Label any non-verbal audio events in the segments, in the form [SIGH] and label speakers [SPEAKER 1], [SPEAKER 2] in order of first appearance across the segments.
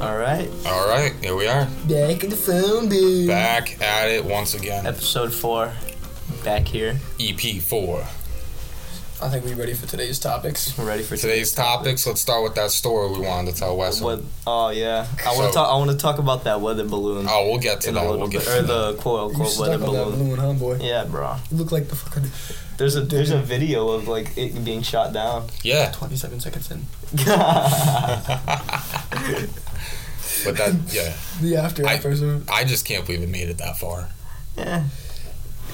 [SPEAKER 1] All right.
[SPEAKER 2] All right, here we are.
[SPEAKER 1] Back in the phone booth.
[SPEAKER 2] Back at it once again. E
[SPEAKER 1] Episode four. Back here.
[SPEAKER 2] EP4.
[SPEAKER 3] I think we're ready for today's topics.
[SPEAKER 1] We're ready for
[SPEAKER 2] Today's topics, let's start with that story we wanted to tell Wes.
[SPEAKER 1] What? Oh yeah. I want to
[SPEAKER 2] So-
[SPEAKER 1] talk. I want to talk about that weather balloon.
[SPEAKER 2] Oh, we'll get to
[SPEAKER 1] in
[SPEAKER 2] that.
[SPEAKER 1] a
[SPEAKER 2] We'll
[SPEAKER 1] little
[SPEAKER 2] get
[SPEAKER 1] bit,
[SPEAKER 2] to
[SPEAKER 1] or
[SPEAKER 2] that.
[SPEAKER 1] the quote unquote
[SPEAKER 3] You
[SPEAKER 1] weather
[SPEAKER 3] stuck on that
[SPEAKER 1] balloon.
[SPEAKER 3] balloon, huh, boy?
[SPEAKER 1] Yeah, bro.
[SPEAKER 3] You look like the fucking [LAUGHS]
[SPEAKER 1] There's a there's a video of like it being shot down.
[SPEAKER 2] Yeah.
[SPEAKER 3] 27 seconds in.
[SPEAKER 2] But that, yeah.
[SPEAKER 3] The after
[SPEAKER 2] I-
[SPEAKER 3] hours are-
[SPEAKER 2] I just can't believe it made it that far.
[SPEAKER 1] yeah.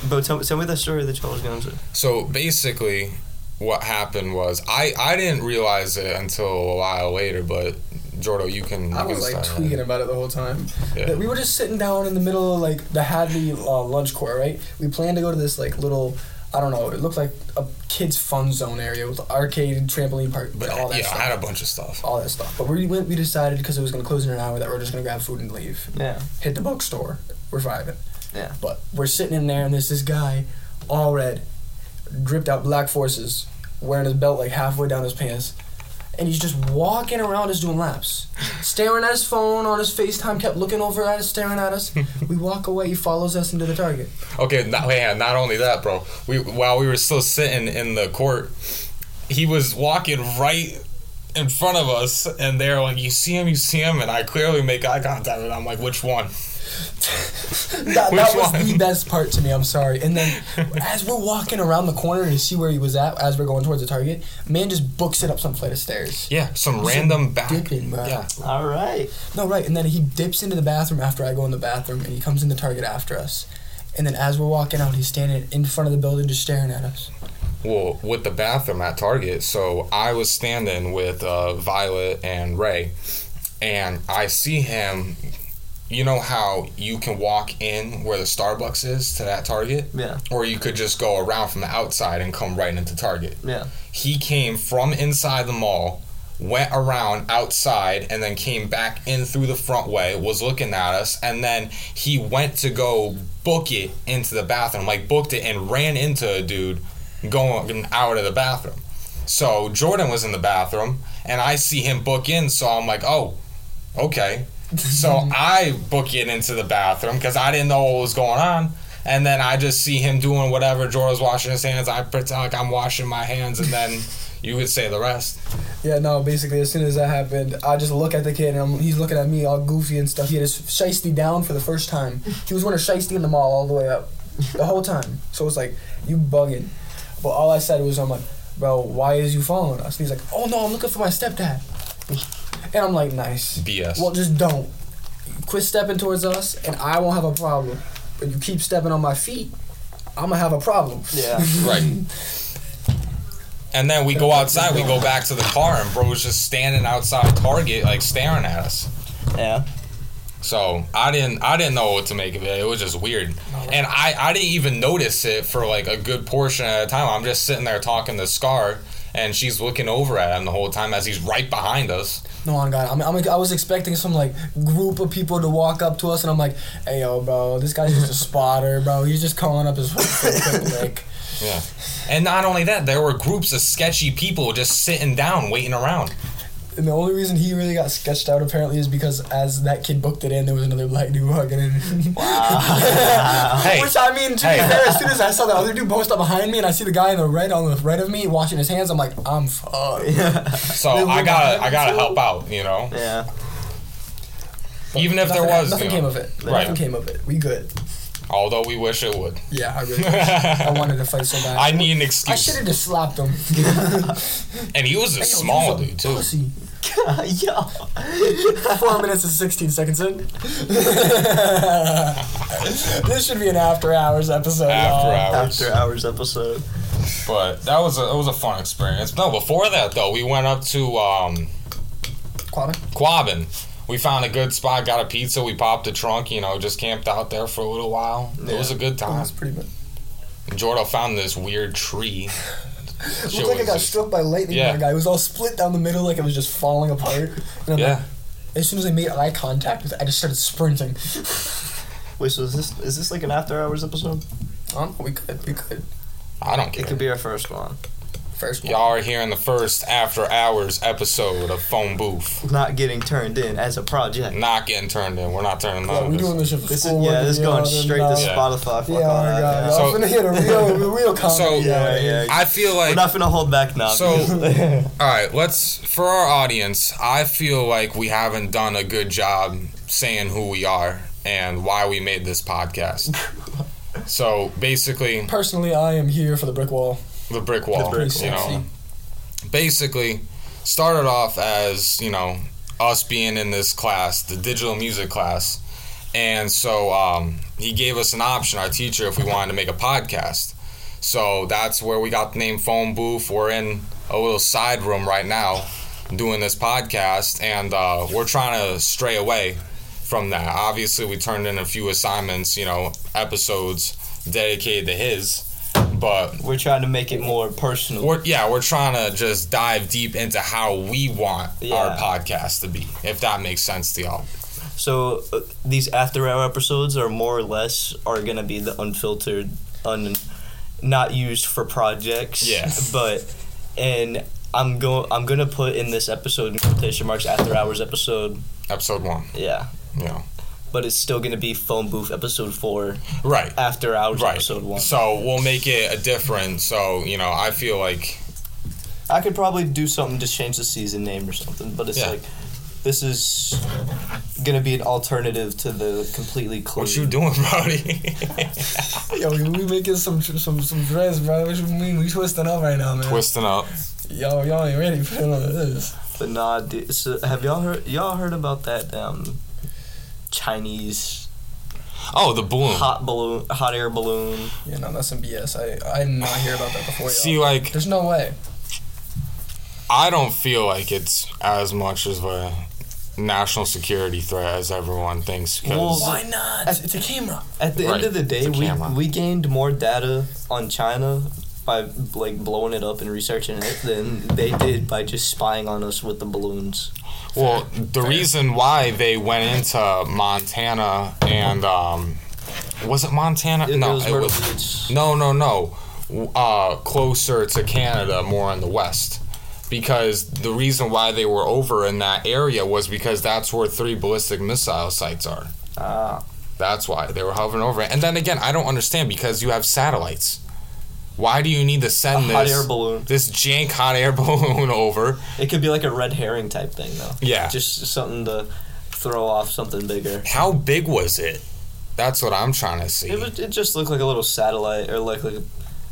[SPEAKER 1] But tell, tell me the story of the Charles Guns.
[SPEAKER 2] So basically, what happened was I, I didn't realize it until a while later, but Jordo, you can. You
[SPEAKER 3] I was
[SPEAKER 2] can
[SPEAKER 3] like
[SPEAKER 2] start.
[SPEAKER 3] tweaking about it the whole time.
[SPEAKER 2] Yeah.
[SPEAKER 3] That We were just sitting down in the middle of like the Hadley uh, lunch court, right? We planned to go to this like little, I don't know, it looked like a kids' fun zone area with arcade and trampoline park,
[SPEAKER 2] But
[SPEAKER 3] but all that
[SPEAKER 2] yeah,
[SPEAKER 3] stuff.
[SPEAKER 2] I had a bunch of stuff.
[SPEAKER 3] all that stuff. But we went, we decided because it was going to close in an hour that we are just going to grab food and leave.
[SPEAKER 1] Yeah.
[SPEAKER 3] Hit the bookstore. We're vibing.
[SPEAKER 1] Yeah.
[SPEAKER 3] But we're sitting in there, and there's this guy, all red, dripped out black forces, wearing his belt like halfway down his pants. And he's just walking around us
[SPEAKER 2] [LAUGHS]
[SPEAKER 3] doing laps, staring at his phone on his FaceTime, kept looking over at us, staring
[SPEAKER 2] [LAUGHS]
[SPEAKER 3] at us. we walk away, he follows us into the Target.
[SPEAKER 2] Okay, not, yeah, not only that, bro. We while we were still sitting in the court, he was walking right in front of us, and they're like, "You see him? You see him?" And I clearly make eye contact, and I'm like, "Which one?"
[SPEAKER 3] That,
[SPEAKER 2] Which
[SPEAKER 3] that was
[SPEAKER 2] one?
[SPEAKER 3] the best part to me, I'm sorry.
[SPEAKER 2] [LAUGHS]
[SPEAKER 3] And then as we're walking around the corner to see where he was at as we're going towards the Target, man just books it up some flight of stairs.
[SPEAKER 2] Yeah, some random back.
[SPEAKER 3] dipping, bro.
[SPEAKER 2] Yeah,
[SPEAKER 1] All right.
[SPEAKER 3] No, right. And then he dips into the bathroom after I go in the bathroom, and he comes in the Target after us. And then as we're walking out, he's standing in front of the building just staring at us.
[SPEAKER 2] well, with the bathroom at Target, so I was standing with uh, Violet and Ray, and I see him. You know how you can walk in where the Starbucks is to that Target,
[SPEAKER 1] Yeah.
[SPEAKER 2] or you could just go around from the outside and come right into Target.
[SPEAKER 1] Yeah.
[SPEAKER 2] He came from inside the mall, went around outside, and then came back in through the front way, was looking at us, and then he went to go book it into the bathroom, like booked it and ran into a dude going out of the bathroom. So Jordan was in the bathroom, and I see him book in, so I'm like, oh, okay. So I book it into the bathroom because I didn't know what was going on. And then I just see him doing whatever. Jordan's washing his hands. I pretend like I'm washing my hands, and then [LAUGHS] you could say the rest.
[SPEAKER 3] Yeah, no, basically, as soon as that happened, I just look at the kid, and I'm, he's looking at me all goofy and stuff. He had his shiesty down for the first time. He was wearing a shiesty in the mall all the way up, the whole time. [LAUGHS] So it's like, you bugging. But all I said was, I'm like, bro, why is you following us? And he's like, oh, no, I'm looking for my stepdad. [LAUGHS] And I'm like, nice.
[SPEAKER 2] BS.
[SPEAKER 3] Well, just don't. Quit stepping towards us, and I won't have a problem. But you keep stepping on my feet, I'm gonna have a problem.
[SPEAKER 1] Yeah.
[SPEAKER 2] Right. And then we go outside. We go back to the car, and bro was just standing outside Target, like staring at us.
[SPEAKER 1] [LAUGHS] Yeah.
[SPEAKER 2] So I didn't I didn't know what to make of it. It was just weird, and I I didn't even notice it for like a good portion of the time. I'm just sitting there talking to Scar, and she's looking over at him the whole time as he's right behind us.
[SPEAKER 3] [LAUGHS] No, on God, I'm, I'm, I was expecting some like group of people to walk up to us, and I'm like, "Hey, yo, bro, this
[SPEAKER 2] [LAUGHS]
[SPEAKER 3] guy's just a spotter, bro. He's just calling up his [LAUGHS] like."
[SPEAKER 2] Yeah, and not only that, there were groups of sketchy people just sitting down waiting around.
[SPEAKER 3] And the only reason he really got sketched out apparently is because as that kid booked it in, there was another black dude walking in. [LAUGHS]
[SPEAKER 2] Hey.
[SPEAKER 3] Which I mean, to be
[SPEAKER 2] Hey.
[SPEAKER 3] fair, as soon as I saw the other dude post up behind me, and I see the guy in the red on the right of me washing his hands, I'm like, I'm fucked.
[SPEAKER 2] So
[SPEAKER 3] They were
[SPEAKER 2] I gotta I
[SPEAKER 3] behind
[SPEAKER 2] gotta
[SPEAKER 3] too.
[SPEAKER 2] help out, you know.
[SPEAKER 1] Yeah. [LAUGHS]
[SPEAKER 2] Even if there
[SPEAKER 3] Nothing-
[SPEAKER 2] was, you
[SPEAKER 3] nothing
[SPEAKER 2] know,
[SPEAKER 3] came of it.
[SPEAKER 2] Right.
[SPEAKER 3] Nothing came of it. We good.
[SPEAKER 2] although we wish it would.
[SPEAKER 3] Yeah, I really. I wanted to fight so bad.
[SPEAKER 2] [LAUGHS] I need an
[SPEAKER 3] I should
[SPEAKER 2] excuse.
[SPEAKER 3] have just slapped him.
[SPEAKER 2] and he was a [LAUGHS] small dude too.
[SPEAKER 3] Pussy.
[SPEAKER 1] Yo.
[SPEAKER 3] Four minutes and sixteen seconds in. [LAUGHS] this should be an after hours episode.
[SPEAKER 2] After
[SPEAKER 3] y'all.
[SPEAKER 2] hours.
[SPEAKER 1] After hours episode.
[SPEAKER 2] But that was a it was a fun experience. No, before that though, we went up to um
[SPEAKER 3] Quabbin?
[SPEAKER 2] Quabbin. We found a good spot, got a pizza, we popped the trunk, you know, just camped out there for a little while. It was a good
[SPEAKER 3] Oh,
[SPEAKER 2] time.
[SPEAKER 3] that's pretty bad.
[SPEAKER 2] Jordan found this weird tree. Shit
[SPEAKER 3] Looked like I
[SPEAKER 2] was
[SPEAKER 3] got
[SPEAKER 2] just-
[SPEAKER 3] struck by lightning.
[SPEAKER 2] Yeah.
[SPEAKER 3] Yeah. guy. It was all split down the middle, like it was just falling apart. And I'm
[SPEAKER 2] yeah.
[SPEAKER 3] like, as soon as I made eye contact with, it, I just started sprinting.
[SPEAKER 1] Wait, so is this is this like an after hours episode?
[SPEAKER 3] Um, Oh, we could, we could.
[SPEAKER 2] I don't care.
[SPEAKER 1] It could be our first one.
[SPEAKER 3] first one.
[SPEAKER 2] Y'all are hearing the first after hours episode of Phone Booth.
[SPEAKER 1] Not getting turned in as a project.
[SPEAKER 2] Not getting turned in. We're not turning
[SPEAKER 3] Yeah,
[SPEAKER 2] none
[SPEAKER 3] we
[SPEAKER 2] of
[SPEAKER 3] doing
[SPEAKER 2] this.
[SPEAKER 3] this shit for
[SPEAKER 1] This is
[SPEAKER 3] school.
[SPEAKER 1] yeah, this is going straight to
[SPEAKER 2] Yeah.
[SPEAKER 1] Spotify. Fuck
[SPEAKER 3] Yeah, oh my
[SPEAKER 1] all that,
[SPEAKER 3] god.
[SPEAKER 1] yeah.
[SPEAKER 2] So-
[SPEAKER 3] Y'all finna hit a real, [LAUGHS] a real comedy.
[SPEAKER 2] So-
[SPEAKER 1] Yeah, yeah.
[SPEAKER 2] I feel
[SPEAKER 1] We're
[SPEAKER 2] like
[SPEAKER 1] not gonna hold back now.
[SPEAKER 2] So- [LAUGHS] All right, let's for our audience. I feel like we haven't done a good job saying who we are and why we made this podcast. so basically,
[SPEAKER 3] Personally, I am here for the brick wall.
[SPEAKER 2] the brick wall.
[SPEAKER 1] brick
[SPEAKER 2] you
[SPEAKER 3] wall.
[SPEAKER 2] know, basically, started off as you know us being in this class, the digital music class, and so um, he gave us an option, our teacher, if we wanted to make a podcast. So that's where we got the name Phone Booth. We're in a little side room right now doing this podcast, and uh, we're trying to stray away from that. Obviously, we turned in a few assignments, you know, episodes dedicated to his, but
[SPEAKER 1] [LAUGHS] we're trying to make it more personal.
[SPEAKER 2] we're, yeah, we're trying to just dive deep into how we want our
[SPEAKER 1] Yeah.
[SPEAKER 2] podcast to be, if that makes sense to y'all.
[SPEAKER 1] So uh, these after hour episodes are more or less are gonna be the unfiltered, un, not used for projects.
[SPEAKER 2] Yeah.
[SPEAKER 1] [LAUGHS] But, and I'm going. I'm gonna put in this episode in quotation marks after hours episode.
[SPEAKER 2] Episode one,
[SPEAKER 1] Yeah.
[SPEAKER 2] you know,
[SPEAKER 1] But it's still gonna be phone booth episode four
[SPEAKER 2] right,
[SPEAKER 1] after hours
[SPEAKER 2] right.
[SPEAKER 1] episode one.
[SPEAKER 2] So we'll make it a different. So you know, I feel like
[SPEAKER 1] I could probably do something to change the season name or something, but it's
[SPEAKER 2] Yeah.
[SPEAKER 1] like this is gonna be an alternative to the completely clean.
[SPEAKER 2] what you doing, [LAUGHS] Brody?
[SPEAKER 1] [LAUGHS]
[SPEAKER 3] Yo, we, we making some tr- some some dress, bro. What you mean? We twisting up right now, man.
[SPEAKER 2] Twisting up.
[SPEAKER 3] Yo, y'all ain't ready for none of this.
[SPEAKER 1] But nah, dude, so have y'all heard y'all heard about that um, Chinese
[SPEAKER 2] Oh, the balloon.
[SPEAKER 1] hot balloon, hot air balloon?
[SPEAKER 3] Yeah, no, that's some BS. I I did not hear about that before. Y'all.
[SPEAKER 2] See, like
[SPEAKER 3] There's no way.
[SPEAKER 2] I don't feel like it's as much of a national security threat as everyone thinks. 'cause-
[SPEAKER 1] Well,
[SPEAKER 3] Why not? It's, it's a camera.
[SPEAKER 1] At the
[SPEAKER 2] Right,
[SPEAKER 1] end of the
[SPEAKER 2] it's
[SPEAKER 1] day,
[SPEAKER 2] a
[SPEAKER 1] we
[SPEAKER 2] camera.
[SPEAKER 1] we gained more data on China by like blowing it up and researching it than they did by just spying on us with the balloons.
[SPEAKER 2] Well, the reason why they went into Montana and um, was it Montana?
[SPEAKER 1] It,
[SPEAKER 2] no,
[SPEAKER 1] it was Myrtle Beach.
[SPEAKER 2] no, no, no. Uh, closer to Canada, more on the west, because the reason why they were over in that area was because that's where three ballistic missile sites are.
[SPEAKER 1] Ah.
[SPEAKER 2] That's why they were hovering over it. And then again, I don't understand because you have satellites. Why do you need to
[SPEAKER 1] a
[SPEAKER 2] send
[SPEAKER 1] hot
[SPEAKER 2] this
[SPEAKER 1] air balloon.
[SPEAKER 2] this jank hot air [LAUGHS] balloon over?
[SPEAKER 1] It could be like a red herring type thing though.
[SPEAKER 2] Yeah.
[SPEAKER 1] Just something to throw off something bigger.
[SPEAKER 2] How big was it? That's what I'm trying to see.
[SPEAKER 1] It was, it just looked like a little satellite or like, like a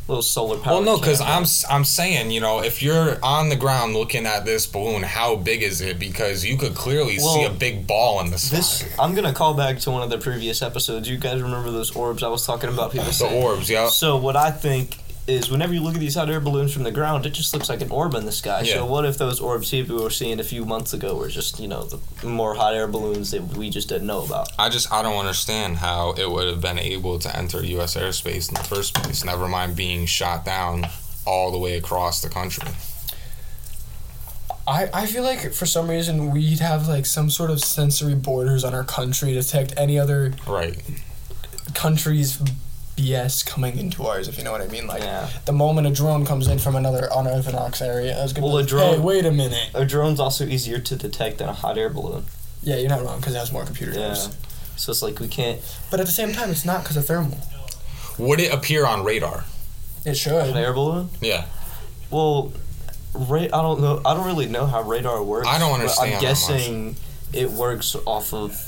[SPEAKER 1] little solar power.
[SPEAKER 2] well, no, because I'm s- I'm saying you know if you're on the ground looking at this balloon, how big is it? Because you could clearly see
[SPEAKER 1] Well,
[SPEAKER 2] a big ball in the sky.
[SPEAKER 1] this I'm gonna call back to one of the previous episodes. You guys remember those orbs I was talking about
[SPEAKER 2] [LAUGHS]
[SPEAKER 1] people
[SPEAKER 2] the
[SPEAKER 1] saying?
[SPEAKER 2] orbs, yeah.
[SPEAKER 1] So what I think is whenever you look at these hot air balloons from the ground, it just looks like an orb in the sky.
[SPEAKER 2] Yeah.
[SPEAKER 1] So what if those orbs here we were seeing a few months ago were just, you know, the more hot air balloons that we just didn't know about?
[SPEAKER 2] I just I don't understand how it would have been able to enter U.S. airspace in the first place. Never mind being shot down all the way across the country.
[SPEAKER 3] I, I feel like for some reason we'd have like some sort of sensory borders on our country to detect any other
[SPEAKER 2] Right.
[SPEAKER 3] country's BS coming into ours, if you know what I mean. Like
[SPEAKER 1] Yeah.
[SPEAKER 3] the moment a drone comes in from another unorthodox area, it's gonna
[SPEAKER 1] Well, a
[SPEAKER 3] be like,
[SPEAKER 1] drone-
[SPEAKER 3] Hey, wait a minute.
[SPEAKER 1] A drone's also easier to detect than a hot air balloon.
[SPEAKER 3] Yeah, you're not wrong because it has more computer
[SPEAKER 1] Yeah.
[SPEAKER 3] chips.
[SPEAKER 1] So it's like we can't
[SPEAKER 3] But at the same time, it's not because of thermal.
[SPEAKER 2] Would it appear on radar?
[SPEAKER 3] It
[SPEAKER 1] An
[SPEAKER 3] should.
[SPEAKER 1] air balloon?
[SPEAKER 2] Yeah.
[SPEAKER 1] Well, ra- I don't know. I don't really know how radar works.
[SPEAKER 2] I don't
[SPEAKER 1] but
[SPEAKER 2] understand
[SPEAKER 1] I'm
[SPEAKER 2] that
[SPEAKER 1] guessing it works off of.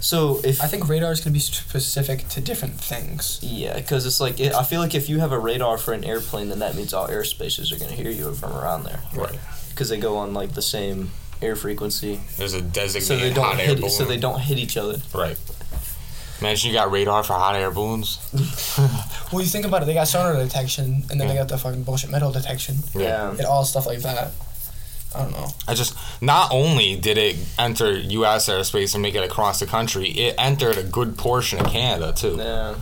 [SPEAKER 1] So if
[SPEAKER 3] I think radar is gonna be specific to different things.
[SPEAKER 1] yeah, because it's like it, I feel like if you have a radar for an airplane, then that means all airspaces are gonna hear you from around there.
[SPEAKER 2] Right.
[SPEAKER 1] Because they go on like the same air frequency,
[SPEAKER 2] There's a designated
[SPEAKER 1] so they don't
[SPEAKER 2] hot air
[SPEAKER 1] hit.
[SPEAKER 2] balloon.
[SPEAKER 1] So they don't hit each other.
[SPEAKER 2] right. Imagine you got radar for hot air balloons.
[SPEAKER 3] Well, you think about it. They got sonar detection, and then they
[SPEAKER 2] Yeah.
[SPEAKER 3] got the fucking bullshit metal detection,
[SPEAKER 1] Yeah.
[SPEAKER 3] and all stuff like that. I don't know.
[SPEAKER 2] I just not only did it enter U.S. airspace and make it across the country, it entered a good portion of Canada too.
[SPEAKER 1] Yeah.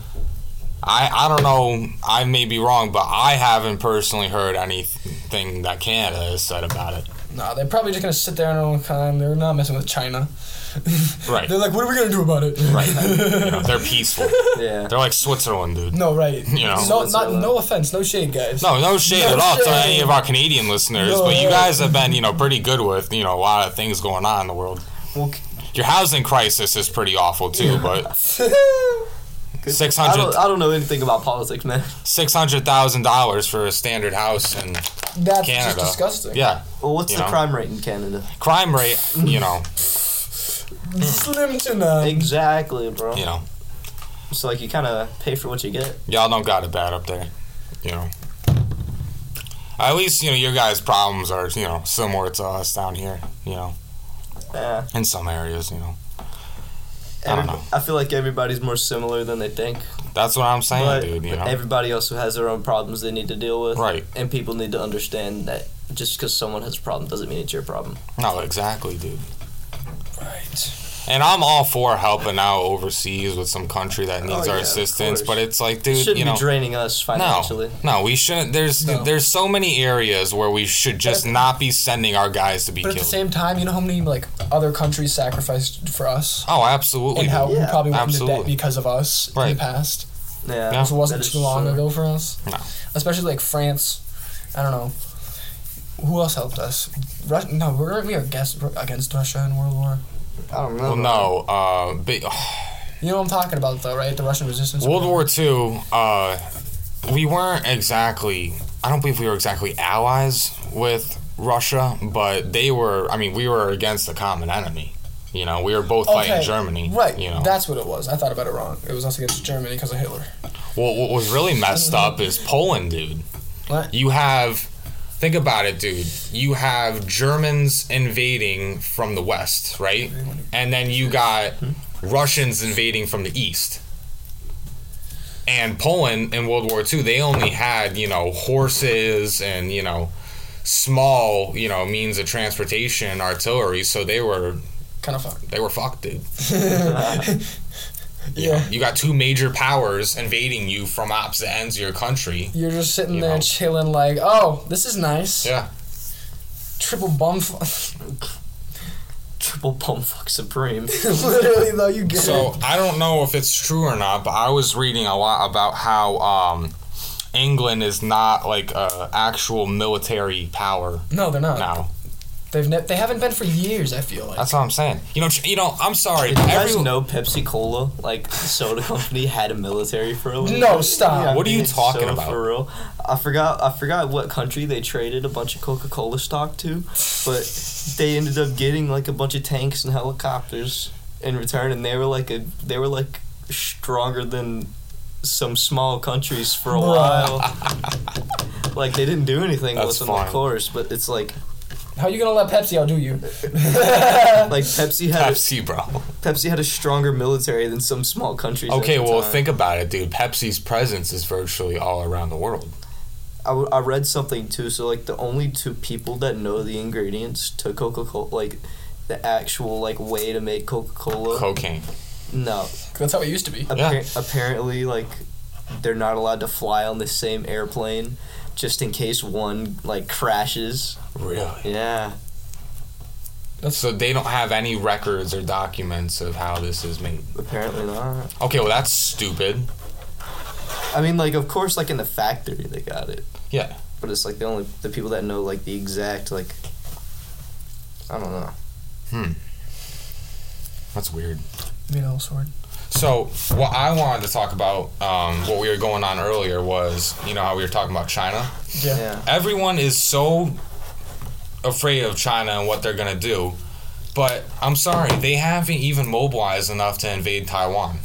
[SPEAKER 2] I I don't know, I may be wrong, but I haven't personally heard anything that Canada has said about it.
[SPEAKER 3] Nah, they're probably just gonna sit there in their own time. They're not messing with China. [LAUGHS]
[SPEAKER 2] Right.
[SPEAKER 3] They're like, what are we gonna do about it?
[SPEAKER 2] Right. You know, they're peaceful. [LAUGHS]
[SPEAKER 1] Yeah.
[SPEAKER 2] They're like Switzerland, dude.
[SPEAKER 3] [LAUGHS] No, right.
[SPEAKER 2] You know.
[SPEAKER 3] no, not, no offense, no shade, guys.
[SPEAKER 2] No, no shade
[SPEAKER 3] No
[SPEAKER 2] at all to
[SPEAKER 3] shade.
[SPEAKER 2] any of our Canadian listeners,
[SPEAKER 3] No,
[SPEAKER 2] but you
[SPEAKER 3] yeah.
[SPEAKER 2] guys have been, you know, pretty good with, you know, a lot of things going on in the world.
[SPEAKER 1] Well, c-
[SPEAKER 2] Your housing crisis is pretty awful too, but
[SPEAKER 3] [LAUGHS]
[SPEAKER 1] I don't,
[SPEAKER 2] 600
[SPEAKER 1] I don't know anything about politics, man. [LAUGHS]
[SPEAKER 2] $600,000 for a standard house in
[SPEAKER 3] That's
[SPEAKER 2] Canada.
[SPEAKER 3] just disgusting.
[SPEAKER 2] Yeah.
[SPEAKER 1] Well, what's
[SPEAKER 2] You
[SPEAKER 1] the
[SPEAKER 2] know.
[SPEAKER 1] crime rate in Canada?
[SPEAKER 2] Crime rate, you know,
[SPEAKER 3] Slim to
[SPEAKER 2] Um,
[SPEAKER 3] none.
[SPEAKER 1] Exactly, bro.
[SPEAKER 2] you know.
[SPEAKER 1] It's like you kind of pay for what you get.
[SPEAKER 2] Y'all don't got it bad up there, you know. At least, you know, your guys' problems are, you know, similar to us down here, you know,
[SPEAKER 1] Yeah.
[SPEAKER 2] in some areas, you know. I
[SPEAKER 1] Every-
[SPEAKER 2] don't know.
[SPEAKER 1] I feel like everybody's more similar than they think.
[SPEAKER 2] That's what I'm saying,
[SPEAKER 1] but
[SPEAKER 2] dude, you know.
[SPEAKER 1] everybody also has their own problems they need to deal with.
[SPEAKER 2] Right.
[SPEAKER 1] And people need to understand that just because someone has a problem doesn't mean it's your problem.
[SPEAKER 2] no, exactly, dude.
[SPEAKER 3] Right.
[SPEAKER 2] And I'm all for helping out overseas with some country that needs
[SPEAKER 1] yeah,
[SPEAKER 2] our
[SPEAKER 1] of
[SPEAKER 2] assistance,
[SPEAKER 1] course.
[SPEAKER 2] but it's like,
[SPEAKER 1] It
[SPEAKER 2] dude,
[SPEAKER 1] shouldn't
[SPEAKER 2] you know,
[SPEAKER 1] be draining us financially.
[SPEAKER 2] no, no, we shouldn't. There's
[SPEAKER 3] No.
[SPEAKER 2] there's so many areas where we should just
[SPEAKER 3] But-
[SPEAKER 2] not be sending our guys to be
[SPEAKER 3] But at
[SPEAKER 2] killed.
[SPEAKER 3] the same time, you know how many like other countries sacrificed for us,
[SPEAKER 2] oh, absolutely.
[SPEAKER 3] and how
[SPEAKER 2] dude.
[SPEAKER 3] we
[SPEAKER 1] Yeah.
[SPEAKER 3] probably went into
[SPEAKER 2] Absolutely.
[SPEAKER 3] debt because of us in
[SPEAKER 2] Right.
[SPEAKER 3] the past.
[SPEAKER 1] Yeah.
[SPEAKER 2] No.
[SPEAKER 3] It wasn't
[SPEAKER 1] that is
[SPEAKER 3] too long
[SPEAKER 1] true.
[SPEAKER 3] ago for us.
[SPEAKER 2] No.
[SPEAKER 3] Especially like France. I don't know. Who else helped us? Russia? No, we're, we are against, against Russia in World War.
[SPEAKER 1] I don't know.
[SPEAKER 2] Well, no, uh, but,
[SPEAKER 3] You know what I'm talking about, though, right? The Russian resistance.
[SPEAKER 2] World War II, uh, we weren't exactly, I don't believe we were exactly allies with Russia, but they were, I mean, we were against a common enemy. You know, we were both fighting Germany.
[SPEAKER 3] Right.
[SPEAKER 2] You know,
[SPEAKER 3] That's what it was. I thought about it wrong. It was us against Germany because of Hitler.
[SPEAKER 2] Well, what was really messed up is Poland, dude.
[SPEAKER 3] What?
[SPEAKER 2] You have, think about it, dude. You have Germans invading from the west, right? And then you got Russians invading from the east. And Poland in World War II, they only had, you know, horses and, you know, small, you know, means of transportation, artillery, so they were
[SPEAKER 3] Kind of [LAUGHS] fucked.
[SPEAKER 2] they were fucked, dude. You know,
[SPEAKER 3] Yeah.
[SPEAKER 2] you got two major powers invading you from opposite ends of your country.
[SPEAKER 3] You're just sitting
[SPEAKER 2] You
[SPEAKER 3] there
[SPEAKER 2] know.
[SPEAKER 3] chilling, like, oh, this is nice.
[SPEAKER 2] Yeah.
[SPEAKER 3] Triple bum. F- [LAUGHS]
[SPEAKER 1] Triple pump fuck supreme.
[SPEAKER 3] Literally, though, you get it.
[SPEAKER 2] So I don't know if it's true or not, but I was reading a lot about how um, England is not like a actual military power
[SPEAKER 3] No, they're not.
[SPEAKER 2] now.
[SPEAKER 3] They've ne- they haven't been for years. I feel like.
[SPEAKER 2] That's what I'm saying. You know, ch- you know. I'm sorry.
[SPEAKER 1] Did you guys
[SPEAKER 2] every-
[SPEAKER 1] know Pepsi Cola, like soda company, had a military for a little?
[SPEAKER 3] No,
[SPEAKER 1] bit?
[SPEAKER 3] stop.
[SPEAKER 1] I
[SPEAKER 2] What are
[SPEAKER 1] mean,
[SPEAKER 2] you
[SPEAKER 1] it's
[SPEAKER 2] talking
[SPEAKER 1] so
[SPEAKER 2] about?
[SPEAKER 1] For real, I forgot. I forgot what country they traded a bunch of Coca Cola stock to, but they ended up getting like a bunch of tanks and helicopters in return, and they were like a they were like stronger than some small countries for a
[SPEAKER 3] Bruh.
[SPEAKER 1] while. [LAUGHS] like they didn't do anything with
[SPEAKER 2] That's
[SPEAKER 1] them,
[SPEAKER 2] fine.
[SPEAKER 1] of course, but it's like
[SPEAKER 3] How you gonna let Pepsi outdo you?
[SPEAKER 2] Uh,
[SPEAKER 1] like Pepsi had a,
[SPEAKER 2] Pepsi, bro.
[SPEAKER 1] Pepsi had a stronger military than some small countries. at
[SPEAKER 2] Okay,
[SPEAKER 1] the
[SPEAKER 2] well,
[SPEAKER 1] time.
[SPEAKER 2] think about it, dude. Pepsi's presence is virtually all around the world.
[SPEAKER 1] I, w- I read something too. So like the only two people that know the ingredients to Coca Cola, like the actual like way to make Coca Cola.
[SPEAKER 2] Cocaine.
[SPEAKER 1] no,
[SPEAKER 3] That's how it used to be.
[SPEAKER 1] Appar- apparently like they're not allowed to fly on the same airplane, just in case one like crashes.
[SPEAKER 2] Really?
[SPEAKER 1] Yeah,
[SPEAKER 2] So they don't have any records or documents of how this is made.
[SPEAKER 1] apparently not.
[SPEAKER 2] Okay, well that's stupid.
[SPEAKER 1] I mean, like of course, like in the factory they got it.
[SPEAKER 2] Yeah.
[SPEAKER 1] but it's like the only the people that know like the exact like. I don't know.
[SPEAKER 2] That's weird.
[SPEAKER 3] You know, sword.
[SPEAKER 2] So what I wanted to talk about, um, what we were going on earlier was, you know how we were talking about China.
[SPEAKER 3] Yeah.
[SPEAKER 1] Yeah.
[SPEAKER 2] Everyone is so afraid of China and what they're gonna do, but I'm sorry, they haven't even mobilized enough to invade Taiwan.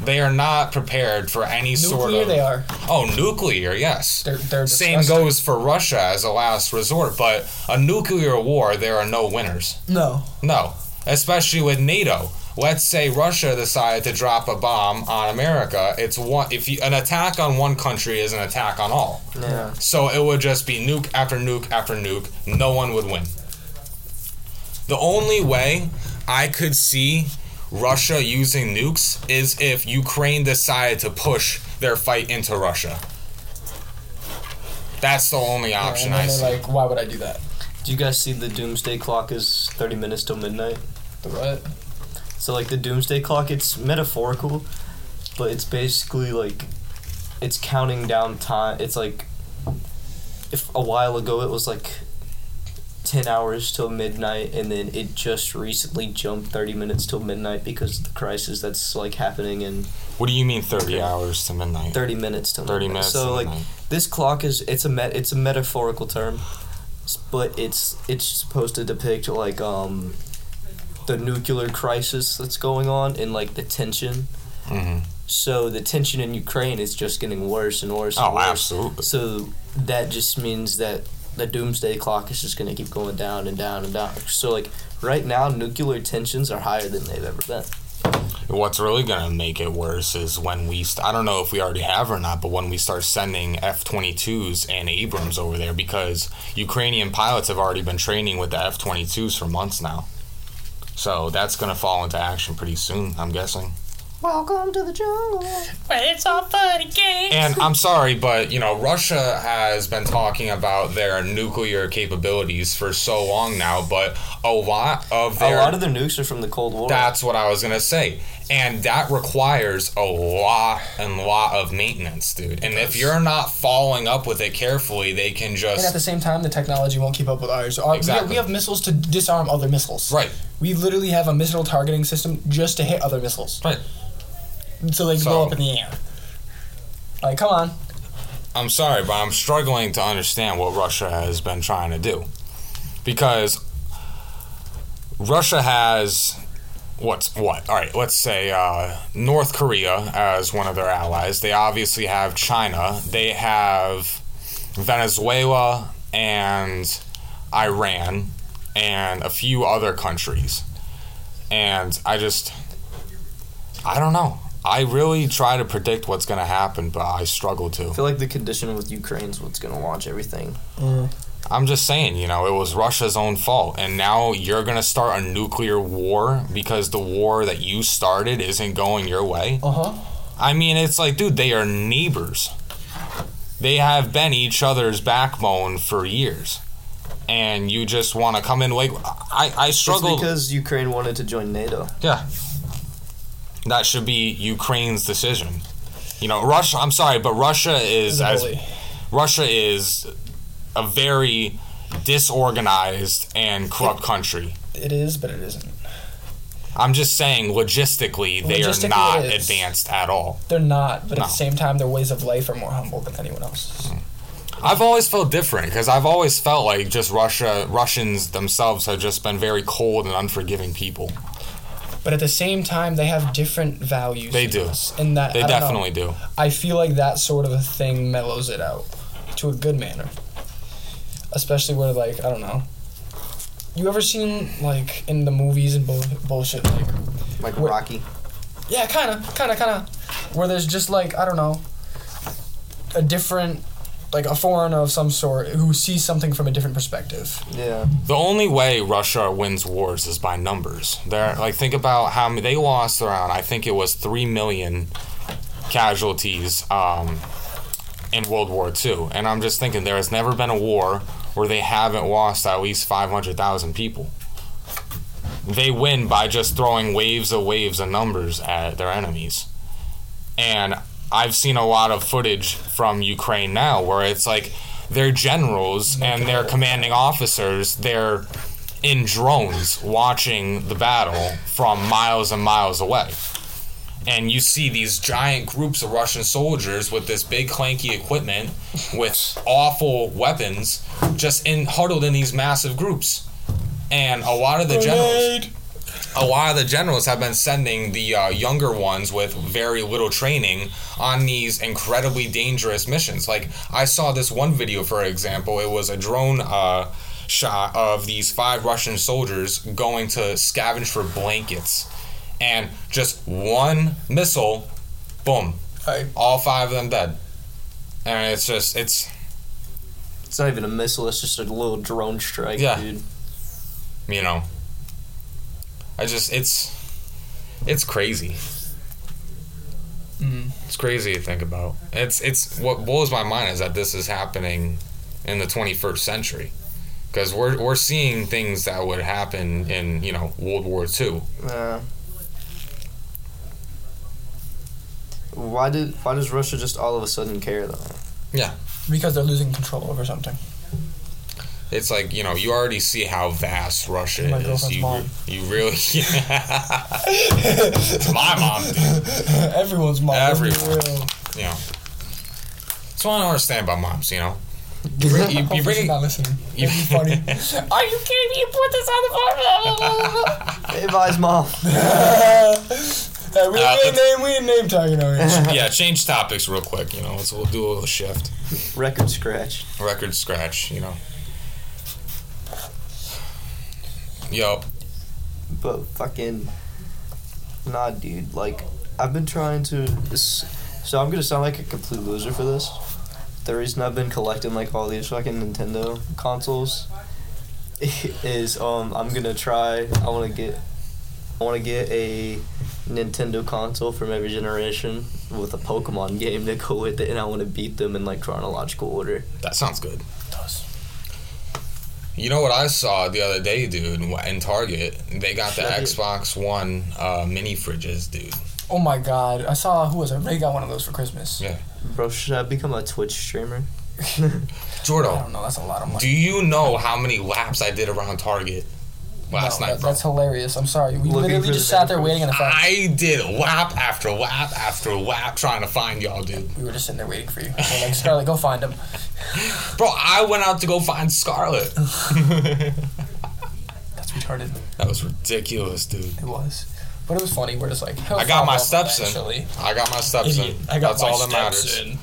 [SPEAKER 2] They are not prepared for any sort
[SPEAKER 3] Nuclear,
[SPEAKER 2] of
[SPEAKER 3] they are.
[SPEAKER 2] oh nuclear yes.
[SPEAKER 3] They're they're.
[SPEAKER 2] Same
[SPEAKER 3] disgusting.
[SPEAKER 2] goes for Russia as a last resort, but a nuclear war, there are no winners.
[SPEAKER 3] No.
[SPEAKER 2] No, especially with NATO. Let's say Russia decided to drop a bomb on America. It's one if you, an attack on one country is an attack on all.
[SPEAKER 1] Yeah.
[SPEAKER 2] So it would just be nuke after nuke after nuke. No one would win. The only way I could see Russia using nukes is if Ukraine decided to push their fight into Russia. That's the only option
[SPEAKER 3] and
[SPEAKER 2] I
[SPEAKER 3] then
[SPEAKER 2] see.
[SPEAKER 3] they're like, why would I do that?
[SPEAKER 1] Do you guys see the doomsday clock is 30 minutes till midnight?
[SPEAKER 3] The what?
[SPEAKER 1] So like the doomsday clock, it's metaphorical, but it's basically like it's counting down time. It's like if a while ago it was like 10 hours till midnight and then it just recently jumped 30 minutes till midnight because of the crisis that's like happening in
[SPEAKER 2] what do you mean 30 hours to midnight?
[SPEAKER 1] 30 minutes till
[SPEAKER 2] 30
[SPEAKER 1] midnight.
[SPEAKER 2] minutes
[SPEAKER 1] so
[SPEAKER 2] to
[SPEAKER 1] like
[SPEAKER 2] midnight.
[SPEAKER 1] this clock is it's a met it's a metaphorical term s- but it's it's supposed to depict like um the nuclear crisis that's going on and like the tension
[SPEAKER 2] Mhm.
[SPEAKER 1] so the tension in ukraine is just getting worse and worse and
[SPEAKER 2] Oh,
[SPEAKER 1] worse
[SPEAKER 2] absolutely.
[SPEAKER 1] so that just means that the doomsday clock is just going to keep going down and down and down so like right now nuclear tensions are higher than they've ever been
[SPEAKER 2] What's really going to make it worse is when we, st- I don't know if we already have or not, but when we start sending F 22s and Abrams over there because Ukrainian pilots have already been training with the F 22s for months now. So that's going to fall into action pretty soon, I'm guessing.
[SPEAKER 1] welcome to the jungle
[SPEAKER 2] And I'm sorry, but you know, Russia has been talking about their nuclear capabilities for so long now, but a lot of
[SPEAKER 1] a
[SPEAKER 2] their
[SPEAKER 1] lot of their nukes are from the cold war
[SPEAKER 2] That's what I was gonna say, and that requires a lot and lot of maintenance, dude. And if you're not following up with it carefully, they can
[SPEAKER 3] And at the
[SPEAKER 2] just
[SPEAKER 3] same time, the technology won't keep up with ours. Our,
[SPEAKER 2] Exactly.
[SPEAKER 3] we, have, we have missiles to disarm other missiles.
[SPEAKER 2] right,
[SPEAKER 3] We literally have a missile targeting system just to hit other missiles.
[SPEAKER 2] right.
[SPEAKER 3] So they
[SPEAKER 2] So-
[SPEAKER 3] blow up in the air. Like, come on.
[SPEAKER 2] I'm sorry, but I'm struggling to understand what Russia has been trying to do. Because Russia has what's what? All right, let's say uh, North Korea as one of their allies. They obviously have China. They have Venezuela and Iran and a few other countries. And I just I don't know. I really try to predict what's going to happen, but I struggle to.
[SPEAKER 1] I feel like the condition with Ukraine's what's going to launch everything.
[SPEAKER 2] I'm just saying, you know, it was Russia's own fault. And now you're going to start a nuclear war because the war that you started isn't going your way.
[SPEAKER 3] Uh huh.
[SPEAKER 2] I mean, it's like, dude, they are neighbors. They have been each other's backbone for years. And you just want to come in like I I
[SPEAKER 1] It's
[SPEAKER 2] struggle.
[SPEAKER 1] because Ukraine wanted to join NATO.
[SPEAKER 2] Yeah. That should be Ukraine's decision. You know, Russia, I'm sorry, but Russia is as Russia is a very disorganized and corrupt country.
[SPEAKER 3] It is, but it isn't.
[SPEAKER 2] I'm just saying, logistically, they
[SPEAKER 3] Logistically,
[SPEAKER 2] are not
[SPEAKER 3] it is.
[SPEAKER 2] advanced at all.
[SPEAKER 3] They're not, but
[SPEAKER 2] No. Mm.
[SPEAKER 3] at the same time, their ways of life are more humble than anyone else's.
[SPEAKER 2] I've always felt different because I've always felt like just Russia, Russians themselves have just been very cold and unforgiving people.
[SPEAKER 3] But at the same time, they have different values.
[SPEAKER 2] They
[SPEAKER 3] than
[SPEAKER 2] do.
[SPEAKER 3] us, And that
[SPEAKER 2] They
[SPEAKER 3] I don't know.
[SPEAKER 2] definitely do.
[SPEAKER 3] I feel like that sort of a thing mellows it out to a good manner. Especially where, like, I don't know. You ever seen, like, in the movies and bull- bullshit, like,
[SPEAKER 1] Like
[SPEAKER 3] Wait.
[SPEAKER 1] Rocky.
[SPEAKER 3] yeah, kind of, kind of, kind of, where there's just, like, I don't know, a different, like, a foreigner of some sort who sees something from a different perspective.
[SPEAKER 1] Yeah.
[SPEAKER 2] The only way Russia wins wars is by numbers. They're like think about how many, they lost around. I think it was three million casualties um, in World War II, and I'm just thinking there has never been a war where they haven't lost at least five hundred thousand people. They win by just throwing waves of waves of numbers at their enemies, and I've seen a lot of footage from Ukraine now where it's like their generals and their commanding officers, they're in drones watching the battle from miles and miles away. And you see these giant groups of Russian soldiers with this big clanky equipment with awful weapons just in huddled in these massive groups. And a lot of the generals a lot of the generals have been sending the uh, younger ones with very little training on these incredibly dangerous missions. Like I saw this one video, for example, it was a drone uh, shot of these five Russian soldiers going to scavenge for blankets, and just one missile, boom,
[SPEAKER 3] Right.
[SPEAKER 2] all five of them dead. And it's just it's
[SPEAKER 1] It's not even a missile, it's just a little drone strike,
[SPEAKER 2] Yeah.
[SPEAKER 1] dude.
[SPEAKER 2] you know, I just it's it's crazy. Mm-hmm. It's crazy to think about. It's it's what blows my mind is that this is happening in the 21st century. Because we're, we're seeing things that would happen in, you know, World War II.
[SPEAKER 1] Uh, why did why does Russia just all of a sudden care though?
[SPEAKER 3] because they're losing control over something. [LAUGHS]
[SPEAKER 2] It's like, you know, you already see how vast Russia
[SPEAKER 3] My
[SPEAKER 2] is.
[SPEAKER 3] girlfriend's
[SPEAKER 2] You,
[SPEAKER 3] mom.
[SPEAKER 2] you really. [LAUGHS] it's my mom, dude.
[SPEAKER 3] Everyone's mom. let's be
[SPEAKER 2] Everyone.
[SPEAKER 3] real.
[SPEAKER 2] you know. So I don't understand about moms, you know. You bring, you,
[SPEAKER 3] Hopefully
[SPEAKER 2] you
[SPEAKER 3] she's
[SPEAKER 2] bring,
[SPEAKER 3] not listening.
[SPEAKER 2] you-
[SPEAKER 3] That'd
[SPEAKER 2] [LAUGHS]
[SPEAKER 3] be funny. Are you kidding me? You put this on the phone?
[SPEAKER 1] Hey, Vi's mom. [LAUGHS]
[SPEAKER 3] hey, [LAUGHS] we
[SPEAKER 2] Uh,
[SPEAKER 3] ain't name. We ain't name
[SPEAKER 2] [LAUGHS]
[SPEAKER 3] tagging on here.
[SPEAKER 2] yeah, change topics real quick, you know. Let's we'll do a little shift.
[SPEAKER 1] Record scratch.
[SPEAKER 2] Record scratch, you know. Yo,
[SPEAKER 1] But fucking, nah, dude. Like, I've been trying to. s- So I'm gonna sound like a complete loser for this. The reason I've been collecting like all these fucking Nintendo consoles [LAUGHS] is um I'm gonna try. I wanna get. I wanna get a Nintendo console from every generation with a Pokemon [LAUGHS] game to go with it, and I wanna beat them in like chronological order.
[SPEAKER 2] that sounds good. You know what I saw the other day, dude, in Target? They got the
[SPEAKER 1] Shit.
[SPEAKER 2] Xbox One uh, mini fridges, dude.
[SPEAKER 3] Oh my god! I saw who was it? Ray got one of those for Christmas.
[SPEAKER 1] Bro, should I become a Twitch streamer?
[SPEAKER 3] I
[SPEAKER 2] Jordo,
[SPEAKER 3] don't know. That's a lot of money.
[SPEAKER 2] do you know how many laps I did around Target last
[SPEAKER 3] No,
[SPEAKER 2] night,
[SPEAKER 3] that-
[SPEAKER 2] bro?
[SPEAKER 3] That's hilarious. I'm sorry. We
[SPEAKER 1] Looking
[SPEAKER 3] literally
[SPEAKER 1] for
[SPEAKER 3] just
[SPEAKER 1] the
[SPEAKER 3] sat there
[SPEAKER 1] mini
[SPEAKER 3] waiting in the front.
[SPEAKER 2] I did lap after lap after lap trying to find y'all, dude.
[SPEAKER 3] We were just sitting there waiting for you. We're like, Scarlett, go find him.
[SPEAKER 2] Bro, I went out to go find Scarlet.
[SPEAKER 3] That's retarded.
[SPEAKER 2] that was ridiculous, dude.
[SPEAKER 3] It was. But it was funny. We're just like,
[SPEAKER 2] I got my steps in. I got my steps in.
[SPEAKER 3] I got
[SPEAKER 2] That's
[SPEAKER 3] my
[SPEAKER 2] all that
[SPEAKER 3] steps
[SPEAKER 2] matters.
[SPEAKER 3] in.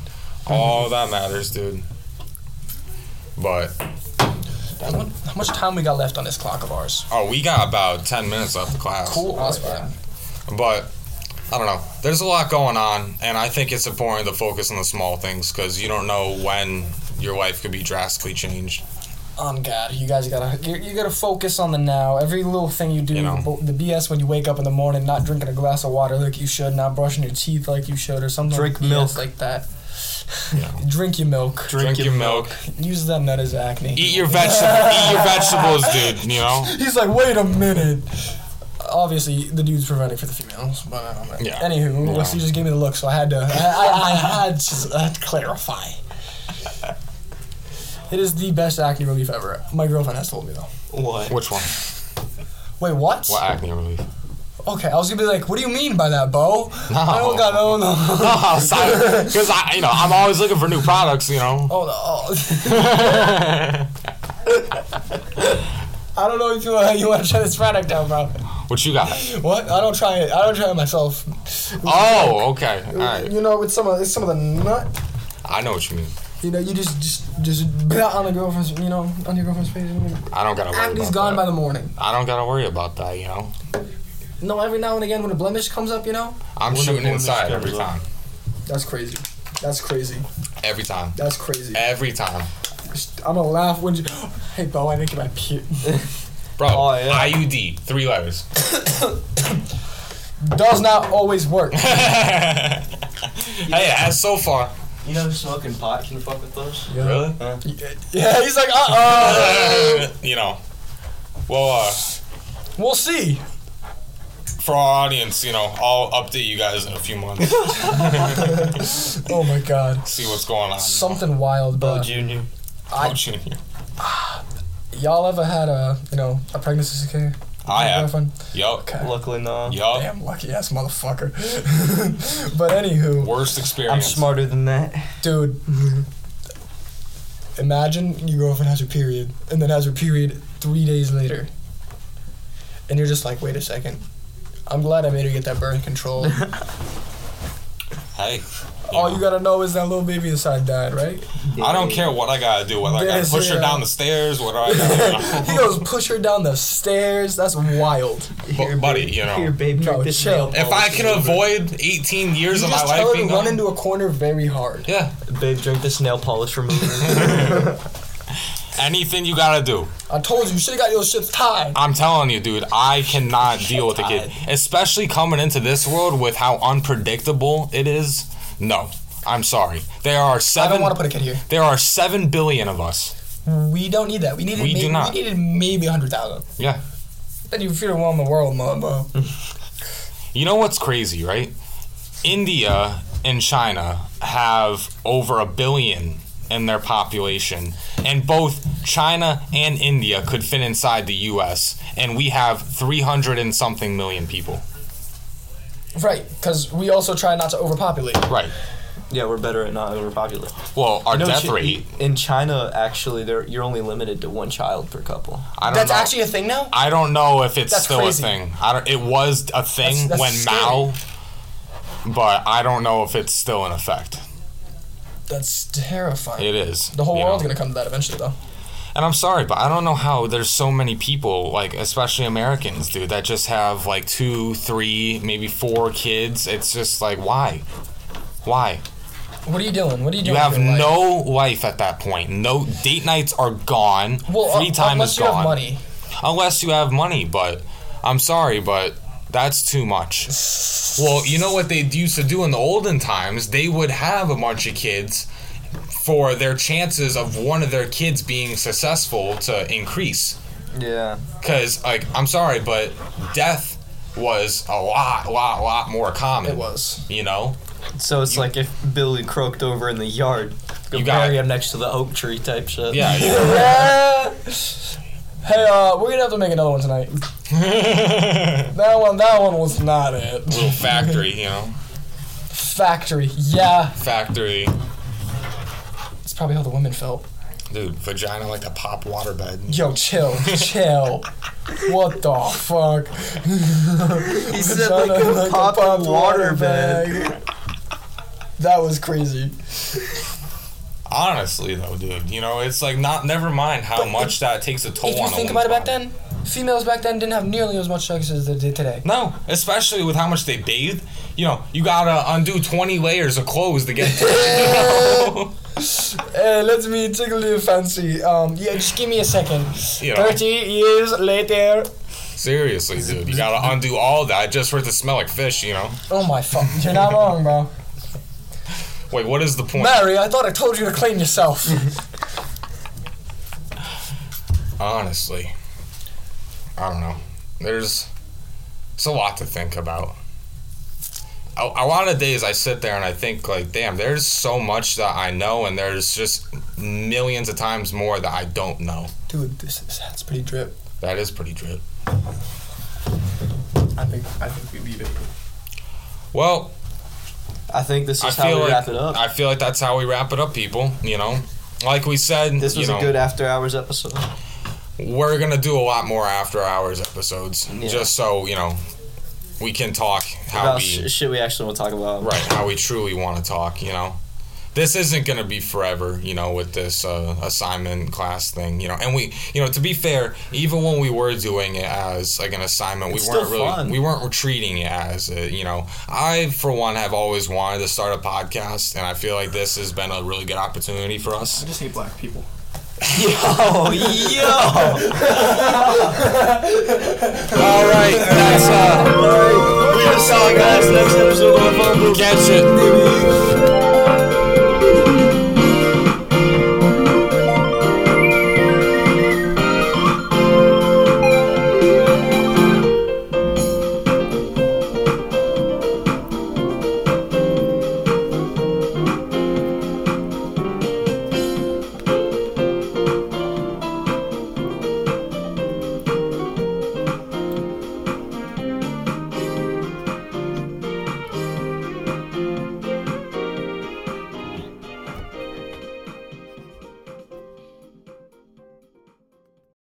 [SPEAKER 2] All that matters, dude. But
[SPEAKER 3] How mu- How much time we got left on this clock of ours? Oh,
[SPEAKER 2] oh, we got about ten minutes left of class.
[SPEAKER 3] Cool. Osborne.
[SPEAKER 2] But I don't know. There's a lot going on, and I think it's important to focus on the small things because you don't know when your life could be drastically changed.
[SPEAKER 3] Um, God, you guys gotta you, you gotta focus on the now. Every little thing you do,
[SPEAKER 2] You know.
[SPEAKER 3] bo- the BS when you wake up in the morning, not drinking a glass of water like you should, not brushing your teeth like you should, or something.
[SPEAKER 1] Drink
[SPEAKER 3] BS
[SPEAKER 1] milk.
[SPEAKER 3] like that.
[SPEAKER 2] Yeah.
[SPEAKER 3] [LAUGHS] Drink your milk.
[SPEAKER 2] Drink, your milk.
[SPEAKER 3] Use that nut as acne.
[SPEAKER 2] Eat your vegetables. eat your vegetables, dude. You know.
[SPEAKER 3] He's like, wait a minute. Obviously, the dude's preventing for the females, but I don't know.
[SPEAKER 2] Yeah.
[SPEAKER 3] Anywho,
[SPEAKER 2] Yeah.
[SPEAKER 3] Wesley just gave me the look, so I had to. I, I, I had to uh, clarify. It is the best acne relief ever. My girlfriend has told me though.
[SPEAKER 1] What?
[SPEAKER 2] Which one?
[SPEAKER 3] Wait, what?
[SPEAKER 2] What acne relief? [LAUGHS]
[SPEAKER 3] Okay, I was gonna be like, what do you mean by that, Bo? I don't got no, no. [LAUGHS]
[SPEAKER 2] Oh, sorry. Because I, you know, I'm always looking for new products. You know. [LAUGHS]
[SPEAKER 3] Oh, no. I don't know if you, uh, you want to try this product out, bro.
[SPEAKER 2] What you got?
[SPEAKER 3] What? I don't try it. I don't try it myself.
[SPEAKER 2] Oh, okay. All right.
[SPEAKER 3] You know, it's some of it's some of the nut
[SPEAKER 2] I know what you mean.
[SPEAKER 3] You know, you just just just blah on the girlfriend's, you know, on your girlfriend's face.
[SPEAKER 2] I don't gotta worry
[SPEAKER 3] Acne's
[SPEAKER 2] about
[SPEAKER 3] gone by
[SPEAKER 2] that.
[SPEAKER 3] the morning.
[SPEAKER 2] I don't gotta worry about that. You know.
[SPEAKER 3] No, every now and again when a blemish comes up, you know,
[SPEAKER 2] I'm
[SPEAKER 1] When the
[SPEAKER 2] shooting
[SPEAKER 1] blemish
[SPEAKER 2] inside every
[SPEAKER 1] comes up.
[SPEAKER 2] time.
[SPEAKER 3] that's crazy. That's crazy.
[SPEAKER 2] Every time.
[SPEAKER 3] That's crazy.
[SPEAKER 2] Every time.
[SPEAKER 3] I'm gonna laugh when you. [GASPS] Hey, Bo, I didn't get my pee.
[SPEAKER 2] Bro,
[SPEAKER 1] Oh, yeah.
[SPEAKER 2] IUD, three letters. [LAUGHS]
[SPEAKER 3] Does not always work.
[SPEAKER 2] hey, as so far.
[SPEAKER 1] You know, smoking pot can fuck with those.
[SPEAKER 2] [LAUGHS] Really?
[SPEAKER 3] Yeah, he's like, uh oh.
[SPEAKER 2] [LAUGHS] you know. Well, uh,
[SPEAKER 3] we'll see.
[SPEAKER 2] for our audience, you know, I'll update you guys in a few
[SPEAKER 3] [LAUGHS]
[SPEAKER 2] months.
[SPEAKER 3] Oh my God.
[SPEAKER 2] see what's going on.
[SPEAKER 3] Something wild,
[SPEAKER 1] Bo
[SPEAKER 3] bro.
[SPEAKER 1] Junior.
[SPEAKER 2] Oh, Junior.
[SPEAKER 3] Y'all ever had a, you know, a pregnancy scare?
[SPEAKER 2] I have. oh.
[SPEAKER 3] Girlfriend?
[SPEAKER 2] Yup.
[SPEAKER 3] Okay.
[SPEAKER 1] Luckily, no.
[SPEAKER 2] Yup.
[SPEAKER 3] Damn lucky ass motherfucker. [LAUGHS] but anywho.
[SPEAKER 2] Worst
[SPEAKER 1] I'm
[SPEAKER 2] experience.
[SPEAKER 1] smarter than that.
[SPEAKER 3] Dude, imagine your girlfriend has her period and then has her period three days later. And you're just like, wait a second. I'm glad I made her get that
[SPEAKER 4] [LAUGHS]
[SPEAKER 3] birth control.
[SPEAKER 2] Hey.
[SPEAKER 3] All
[SPEAKER 2] know.
[SPEAKER 3] Oh, you gotta know is that little baby inside died, right?
[SPEAKER 2] I don't care what I gotta do. Whether I gotta
[SPEAKER 3] Yes,
[SPEAKER 2] push her
[SPEAKER 3] yeah.
[SPEAKER 2] down the stairs, whether
[SPEAKER 3] [LAUGHS]
[SPEAKER 2] I gotta,
[SPEAKER 3] he goes push her down the stairs. That's wild.
[SPEAKER 2] Bu- buddy, you know.
[SPEAKER 1] Here, babe, drink
[SPEAKER 3] No,
[SPEAKER 1] this
[SPEAKER 3] chill.
[SPEAKER 1] nail
[SPEAKER 2] If I
[SPEAKER 1] polish.
[SPEAKER 2] can avoid 18 years
[SPEAKER 3] You
[SPEAKER 2] of my
[SPEAKER 3] just tell
[SPEAKER 2] life
[SPEAKER 3] her to
[SPEAKER 2] being
[SPEAKER 3] run
[SPEAKER 2] gone,
[SPEAKER 3] into a corner very hard.
[SPEAKER 2] yeah,
[SPEAKER 1] [LAUGHS] babe, drink this nail polish remover.
[SPEAKER 2] [LAUGHS] anything you gotta do.
[SPEAKER 3] I told you, you should have got your shit tied.
[SPEAKER 2] I'm telling you, dude, I
[SPEAKER 3] [LAUGHS]
[SPEAKER 2] cannot deal with a kid, especially coming into this world with how unpredictable it is. No,
[SPEAKER 4] I'm sorry. There are
[SPEAKER 3] I don't
[SPEAKER 4] seven.
[SPEAKER 3] want to put a kid here.
[SPEAKER 4] there are seven billion of us.
[SPEAKER 3] We don't need that. We needed.
[SPEAKER 4] We
[SPEAKER 3] maybe,
[SPEAKER 4] do not.
[SPEAKER 3] We needed maybe hundred thousand.
[SPEAKER 4] Yeah.
[SPEAKER 3] Then you fear one in the world, mama.
[SPEAKER 4] Mm. You know what's crazy, right? India and China have over a billion in their population, and both China and India could fit inside the U.S. And we have 300 and something million people.
[SPEAKER 3] right, because we also try not to overpopulate.
[SPEAKER 4] Right.
[SPEAKER 1] Yeah, we're better at not overpopulating.
[SPEAKER 4] Well, our
[SPEAKER 1] No,
[SPEAKER 4] death
[SPEAKER 1] chi-
[SPEAKER 4] rate.
[SPEAKER 1] in China actually there you're only limited to one child per couple.
[SPEAKER 4] I don't
[SPEAKER 3] That's
[SPEAKER 4] know.
[SPEAKER 3] actually a thing now.
[SPEAKER 4] I don't know if it's
[SPEAKER 3] That's
[SPEAKER 4] still
[SPEAKER 3] crazy.
[SPEAKER 4] a thing. I don't, it was a thing
[SPEAKER 3] That's- that's
[SPEAKER 4] when
[SPEAKER 3] scary.
[SPEAKER 4] Mao, but I don't know if it's still in effect.
[SPEAKER 3] That's terrifying.
[SPEAKER 4] It is.
[SPEAKER 3] the whole
[SPEAKER 4] you
[SPEAKER 3] world's
[SPEAKER 4] know.
[SPEAKER 3] gonna come to that eventually, though.
[SPEAKER 4] And I'm sorry, but I don't know how there's so many people, like especially Americans, dude, that just have like two, three, maybe four kids. It's just like why, why?
[SPEAKER 3] What are you doing? What are you
[SPEAKER 4] You
[SPEAKER 3] doing?
[SPEAKER 4] have
[SPEAKER 3] with your life?
[SPEAKER 4] no life at that point. No date nights are gone.
[SPEAKER 3] well,
[SPEAKER 4] Free
[SPEAKER 3] uh,
[SPEAKER 4] time
[SPEAKER 3] unless
[SPEAKER 4] is
[SPEAKER 3] you
[SPEAKER 4] gone.
[SPEAKER 3] have money.
[SPEAKER 4] Unless you have money, but I'm sorry, but that's too much.
[SPEAKER 2] Well, you know what they used to do in the olden times? They would have a bunch of kids for their chances of one of their kids being successful to increase.
[SPEAKER 1] Yeah.
[SPEAKER 2] Because, like, I'm sorry, but death was a lot, lot, lot more common.
[SPEAKER 3] It was. [LAUGHS]
[SPEAKER 2] You know?
[SPEAKER 1] So it's like if Billy croaked over in the yard, go
[SPEAKER 2] You got-
[SPEAKER 1] bury him next to the oak tree type shit.
[SPEAKER 2] Yeah. you-
[SPEAKER 3] Yeah. Hey, uh, we're gonna have to make another one tonight. that one, that one was not it.
[SPEAKER 2] Little factory, you know?
[SPEAKER 3] Factory, yeah.
[SPEAKER 2] Factory.
[SPEAKER 3] It's probably how the women felt.
[SPEAKER 2] Dude, vagina like a pop waterbed.
[SPEAKER 3] Yo, chill, chill. What the fuck?
[SPEAKER 1] He
[SPEAKER 3] said
[SPEAKER 1] said
[SPEAKER 3] like
[SPEAKER 1] like
[SPEAKER 3] a
[SPEAKER 1] a
[SPEAKER 3] pop
[SPEAKER 1] pop and
[SPEAKER 3] water
[SPEAKER 1] water bed.
[SPEAKER 3] bag. That was crazy.
[SPEAKER 2] Honestly, though, dude, you know, it's like not, never mind how much that takes a toll
[SPEAKER 3] If
[SPEAKER 2] on
[SPEAKER 3] you
[SPEAKER 2] a
[SPEAKER 3] think about it
[SPEAKER 2] woman's
[SPEAKER 3] back
[SPEAKER 2] body.
[SPEAKER 3] then, females back then didn't have nearly as much sex as they did today.
[SPEAKER 2] No, especially with how much they bathe. You know, you gotta undo 20 layers of clothes to get to you
[SPEAKER 3] [LAUGHS]
[SPEAKER 2] know?
[SPEAKER 3] Hey, Uh, let me tickle your fancy. Um, yeah, just give me a second.
[SPEAKER 2] You know.
[SPEAKER 3] Thirty years later.
[SPEAKER 2] [LAUGHS] Seriously, dude, you gotta undo all that just for it to smell like fish, you know?
[SPEAKER 3] Oh my fuck! You're not wrong, bro.
[SPEAKER 2] Wait, what is the point?
[SPEAKER 3] Mary, I thought I told you to clean yourself. [LAUGHS]
[SPEAKER 2] Honestly, I don't know. There's it's a lot to think about. A, a lot of days I sit there and I think like, damn, there's so much that I know, and there's just millions of times more that I don't know.
[SPEAKER 3] Dude, this is, that's pretty drip.
[SPEAKER 2] That is pretty drip.
[SPEAKER 3] I think I think we leave it.
[SPEAKER 2] Well,
[SPEAKER 1] I think this
[SPEAKER 2] I
[SPEAKER 1] is how we
[SPEAKER 2] feel like
[SPEAKER 1] wrap it up.
[SPEAKER 2] I feel like that's how we wrap it up, people. You know, like we said,
[SPEAKER 1] this was
[SPEAKER 2] you
[SPEAKER 1] a
[SPEAKER 2] know,
[SPEAKER 1] good after hours episode.
[SPEAKER 2] we're gonna do a lot more after hours episodes,
[SPEAKER 1] Yeah.
[SPEAKER 2] just so you know, we can talk how
[SPEAKER 1] About
[SPEAKER 2] we
[SPEAKER 1] sh- shit we actually want to talk about.
[SPEAKER 2] right how we truly want to talk you know this isn't going to be forever you know with this uh, assignment class thing you know and we you know to be fair even when we were doing it as like an assignment
[SPEAKER 1] It's
[SPEAKER 2] we weren't
[SPEAKER 1] still
[SPEAKER 2] really
[SPEAKER 1] fun.
[SPEAKER 2] we weren't treating it as a, you know i for one have always wanted to start a podcast and i feel like this has been a really good opportunity for us
[SPEAKER 5] just hate black
[SPEAKER 2] [LAUGHS]
[SPEAKER 5] people.
[SPEAKER 1] Oh, yo!
[SPEAKER 2] all right that's uh
[SPEAKER 1] Alright, we just saw guys next episode of Fumble.
[SPEAKER 2] catch it
[SPEAKER 1] Baby.